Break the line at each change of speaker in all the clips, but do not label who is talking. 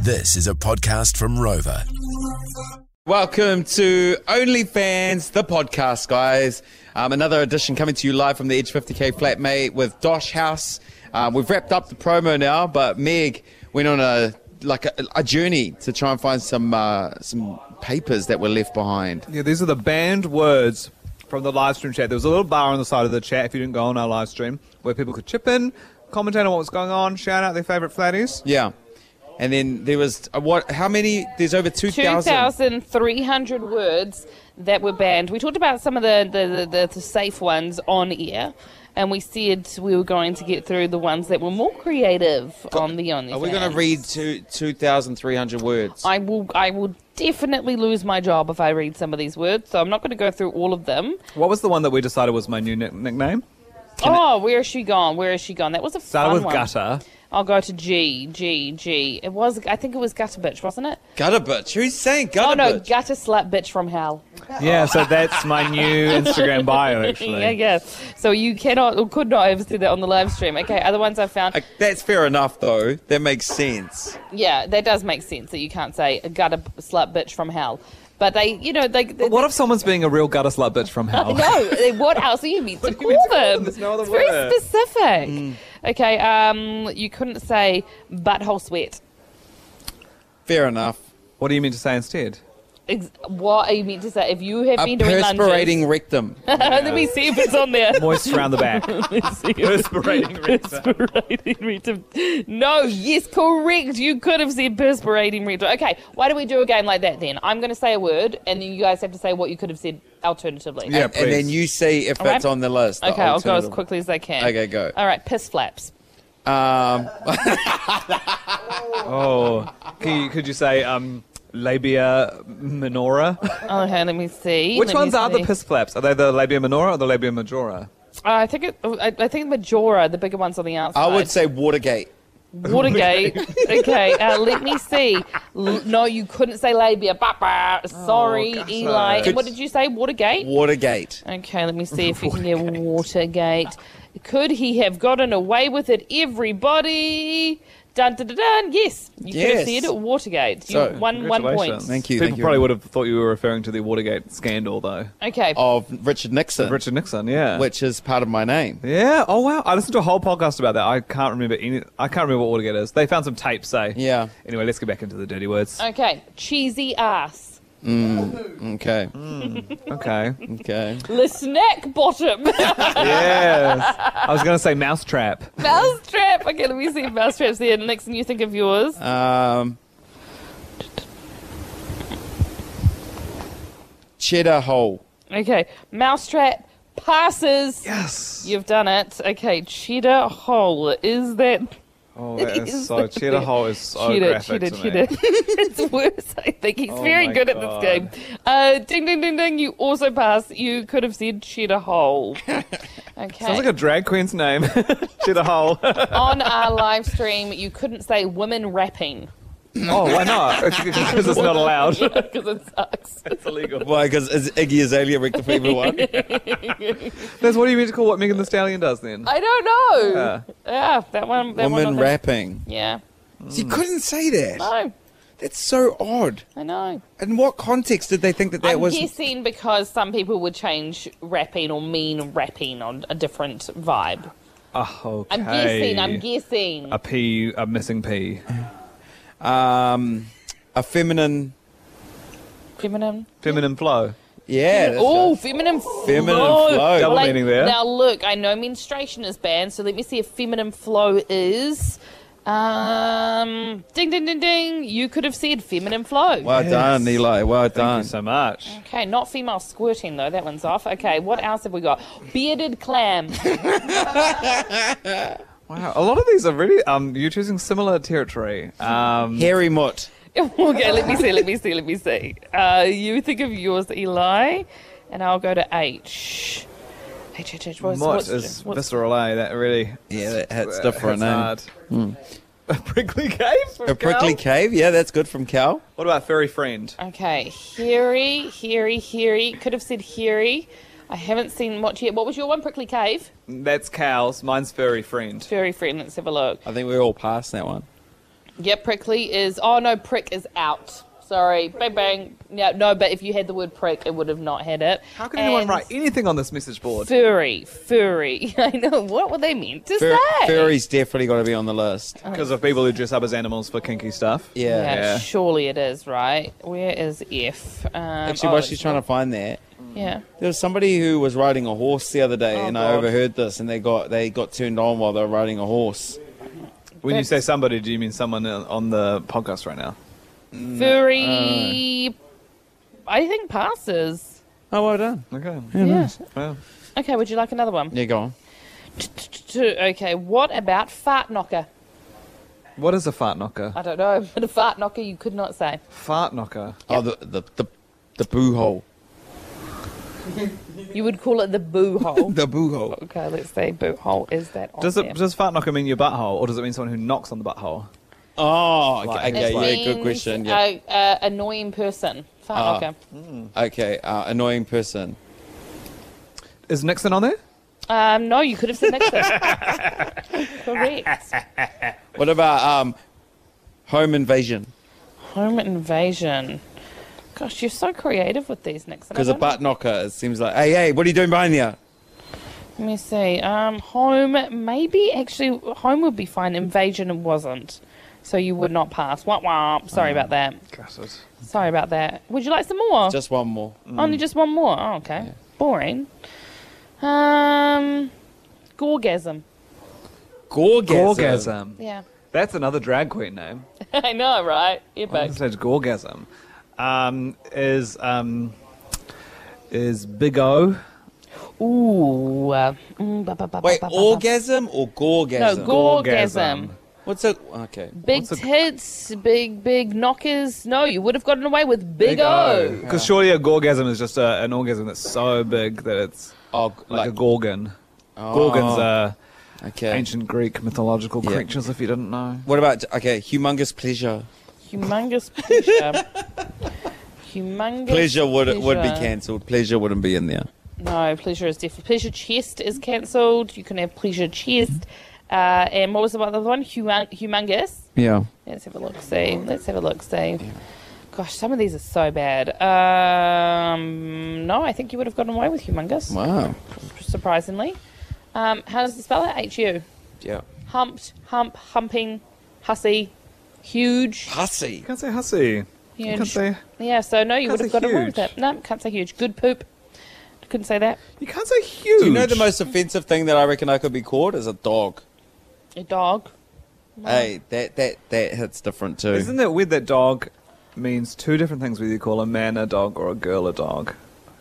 This is a podcast from Rover.
Welcome to OnlyFans, the podcast, guys. Um, another edition coming to you live from the Edge 50k flatmate with Dosh House. Um, we've wrapped up the promo now, but Meg went on a like a, a journey to try and find some uh, some papers that were left behind.
Yeah, these are the banned words from the live stream chat. There was a little bar on the side of the chat if you didn't go on our live stream where people could chip in, commentate on what was going on, shout out their favorite flatties.
Yeah, and then there was uh, what? How many? There's over two thousand.
2,300 words that were banned. We talked about some of the, the, the, the safe ones on air, and we said we were going to get through the ones that were more creative on the on.
Are we going
to
to read two two thousand three hundred words?
I will. I will definitely lose my job if I read some of these words. So I'm not going to go through all of them.
What was the one that we decided was my new nick- nickname?
oh, where is she gone? Where is she gone? That was a
Started
fun
with
one.
gutter.
I'll go to G G G. It was. I think it was gutter bitch, wasn't it?
gutter bitch. Who's saying
oh
gutter
no,
bitch?
gutter slut bitch from hell.
Yeah, so that's my new Instagram bio actually.
Yeah, yeah. So you cannot or could not have said that on the live stream. Okay, other ones I found.
Uh, That's fair enough, though. That makes sense.
Yeah, that does make sense that you can't say a gutter b- slut bitch from hell. But they, you know, they. they
But what if someone's being a real gutter slut bitch from hell?
no, they- what else are you meant to
What are you meant to
call
call
them?
them? There's no other
it's
word. Hmm.
very specific. Okay, um, you couldn't say butthole sweat.
Fair enough.
What are you meant to say instead?
Ex- what are you meant to say if you have
A
been doing
perspirating rectum.
lunges? Let me see if it's on there.
Moist around the back. Perspirating rectum.
perspirating rectum. No, yes, correct. You could have said perspirating rectum. Okay, why do we do a game like that then? I'm going to say a word, and then you guys have to say what you could have said alternatively.
Yeah,
and, and then
please.
you see if
Alright.
it's on the list. the
Okay, I'll go as
alternative.
quickly as I can.
Okay, go.
All right, piss flaps.
Oh. Could you, could you say um labia minora?
Okay, let me see.
Which
let me
ones are the
see.
piss flaps? Are they the labia minora or the labia majora?
Uh, I think it, I, I think Majora, the bigger ones on the outside.
I would say Watergate.
Watergate. okay, uh, let me see. L- no, you couldn't say labia. Bah, bah.
Oh,
Sorry,
gosh,
Eli.
no.
uh,
And what did you say? Watergate.
Watergate.
Okay, let me see if you can get Watergate. Could he have gotten away with it, everybody? Dun dun dun. dun. Yes, you could
Yes.
have said Watergate. You
So,
won one point.
Congratulations.
Thank you,
People
thank you
probably
very
would have thought you were referring to the Watergate scandal, though.
Okay.
Of Richard Nixon,
Richard Nixon, yeah.
which is part of my name.
Yeah. Oh wow. I listened to a whole podcast about that. I can't remember any. I can't remember what Watergate is. They found some tapes, say.
Yeah.
Anyway, let's get back into the dirty words.
Okay. Cheesy ass.
Okay.
Okay.
Okay.
The snack bottom.
yes. I was gonna say mousetrap.
Mousetrap. Okay, let me see if Mousetrap's there. Nixon, you think of yours.
Um, cheddar hole.
Okay. Mousetrap passes.
Yes.
You've done it. Okay. Cheddar hole. Is that
Oh, that
It
is
is
so.
the-
Cheddar hole is so
cheater,
graphic
cheater,
to
cheater.
me.
it's worse, I think. He's
Oh
very
my
good
God.
at this game. Uh, ding, ding, ding, ding. You also pass. You could have said cheddar hole. Okay.
Sounds like a drag queen's name. cheddar hole.
On our live stream, you couldn't say women rapping
oh, why not? Because it's not allowed.
because it sucks.
It's illegal.
Why? Because is Iggy Azalea rectum for everyone?
That's what do you mean to call what Megan the Stallion does then?
I don't know.
Yeah.
Yeah, that one. That one
Woman
on the-
rapping.
Yeah.
You Mm. couldn't say that.
No,
That's so odd.
I know.
In what context did they think that that
I'm
was?
guessing because some people would change rapping or mean rapping on a different vibe.
Oh, okay.
I'm guessing. I'm guessing.
A P, a missing P.
um, a feminine.
Feminine.
Feminine flow.
Yeah. that's
Oh,
right.
feminine
Feminine
flow.
flow.
Double
Like,
meaning there.
Now look, I know menstruation is banned, so let me see if feminine flow is. Um, ding ding ding ding. You could have said feminine flow.
Well done, Eli. Well
Thank
done.
you so much.
Okay, not female squirting though. That one's off. Okay, what else have we got? Bearded clam.
Wow, a lot of these are really. Um, you're choosing similar territory. Um,
Harry Mutt.
okay, let me see. Let me see. Let me see. Uh, you think of yours, Eli, and I'll go to H. H H H. What's,
Mott
what's,
is
what's-
visceral, eh? That really.
Yeah, that hits different,
hits
eh?
hard. A prickly cave.
A prickly cave. Yeah, that's good from Cal.
What about furry friend?
Okay, Heary, Heary, Heary. Could have said Heary. I haven't seen much yet. What was your one, Prickly Cave?
That's cows. Mine's furry friend.
Furry friend, let's have a look.
I think we all passed that one.
Yeah, prickly is. Oh no, prick is out. Sorry, bang bang. No, no, but if you had the word prick, it would have not had it.
How can anyone
And
write anything on this message board?
Furry, furry. I know. What were they meant to
Fur-
say?
furry's definitely got to be on the list.
Because of people who dress up as animals for kinky stuff.
Yeah,
Yeah.
Yeah.
surely it is, right? Where is F? Um,
Actually,
oh,
while
it's
she's trying to find that,
not- Yeah.
there was somebody who was riding a horse the other day,
Oh,
and I
God.
overheard this, and they got they got turned on while they were riding a horse.
When you say somebody, do you mean someone uh, on the podcast right now?
Mm, uh.
Furry. I think passes.
Oh, well done.
Okay.
Yeah.
Well,
Okay, would you like another one?
Yeah, go on.
Okay, what about fart knocker?
what is a fart knocker?
I don't know, but a fart knocker you could not say.
Fart knocker.
Oh, the the the, the boo hole.
You would call it the boo hole.
The boo hole.
okay, let's see. Boo hole is that on
Does
there?
it does fart knocker mean your butthole, or does it mean someone who knocks on the butthole?
Oh, okay,
Like-
okay,
It
yeah, good
means
question. Yeah. Ah.
A, a annoying person. Fart knocker.
okay, uh, annoying person.
Is Nixon on there?
Um, no, you could have said Nixon. Correct.
What about um, home invasion?
Home invasion. Gosh, you're so creative with these, Nixon. I
Because a
don't know.
butt knocker, it seems like, hey, hey, what are you doing behind there?
Let me see. Um, home, maybe actually, home would be fine. Invasion wasn't. So you would not pass. Womp womp. Sorry
Mm.
about that. Sorry about that. Would you like some more?
Just one more.
Only just one more. Oh, okay. Boring. Um, gorgasm.
Gorgasm.
Gorgasm.
Yeah.
That's another drag queen name.
I know, right?
Well,
Epic.
that's gorgasm. Um, is um, is Big O?
Ooh. Uh, mm, ba, ba, ba,
Wait,
ba, ba, ba.
orgasm or
No,
gorgasm?
gorgasm.
What's a Okay.
Big
What's a-
tits, big, big knockers. No, you would have gotten away with big, O.
Because surely a gorgasm is just a, an orgasm that's so big that it's
Oh,
like,
like, oh,
a gorgon. Gorgons are
okay.
ancient Greek mythological
Yeah.
creatures, if you didn't know.
What about, okay, humongous pleasure?
Humongous pleasure. Humongous
Pleasure would would be
pleasure.
cancelled. Pleasure wouldn't be in there.
No, pleasure is definitely pleasure. Chest is cancelled. You can have pleasure chest. Uh, and what was the other one? Humong- humongous.
Yeah.
Let's have a look. See. Let's have a look. See. Gosh, some of these are so bad. Um, no, I think you would have gotten away with humongous.
Wow.
Surprisingly. Um, how does it spell it? H U.
Yeah.
Humped, hump, humping, hussy, huge,
Hussy.
Can't say hussy.
huge.
Can't say.
yeah. So no, you
Can't
would have
say
got away with
huge.
it. No, can't say huge. Good poop. Couldn't say that.
You can't say huge.
Do you know the most offensive thing that I reckon I could be called is a dog?
A dog.
Hey, that that that hits different too.
Isn't it weird that dog means two different things whether you call a man a dog or a girl a dog?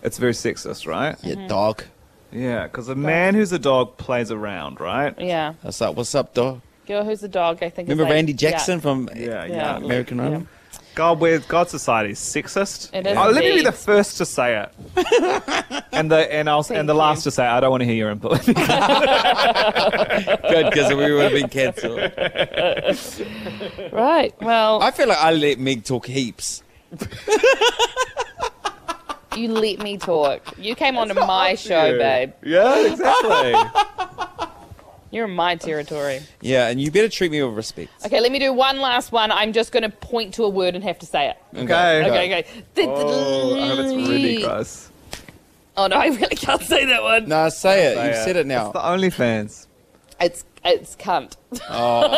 It's very sexist, right?
yeah,
Mm-hmm.
dog.
Yeah, because a man who's a dog plays around, right?
Yeah.
That's like, what's up, dog?
Girl who's a dog, I think. is
Remember
like-
Randy
yeah.
Jackson from
Yeah,
Yeah.
yeah.
American
Yeah.
Idol?
God, we're God society's sexist.
It is
Oh, let me be
indeed.
the first to say it, and the and I'll and the
Thank
last
you.
to say it. I don't want to hear your input.
Good, because we would have been cancelled.
Right. Well,
I feel like I let Meg talk heaps.
you let me talk. You came onto my show, babe.
Yeah, exactly.
You're in my territory.
Yeah, and you better treat me with respect.
Okay, let me do one last one. I'm just going to point to a word and have to say it.
Okay.
Okay, okay.
Oh, I hope it's really gross.
Oh, no, I really can't say that one.
Nah, say it. You've
Yeah.
said it
It's
now.
the OnlyFans.
It's it's cunt.
Oh,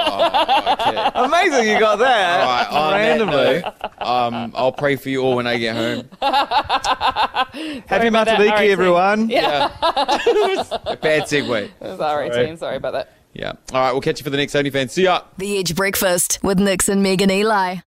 Okay.
Amazing, you got that
Alright, on that
randomly.
Um, I'll pray for you all when I get home.
Happy
about that,
Matariki,
RIT.
everyone.
Bad segue.
Sorry, team. Sorry about that.
Yeah. All right, we'll catch you for the next OnlyFans. See ya.
The Edge Breakfast with Nix and Megan Eli.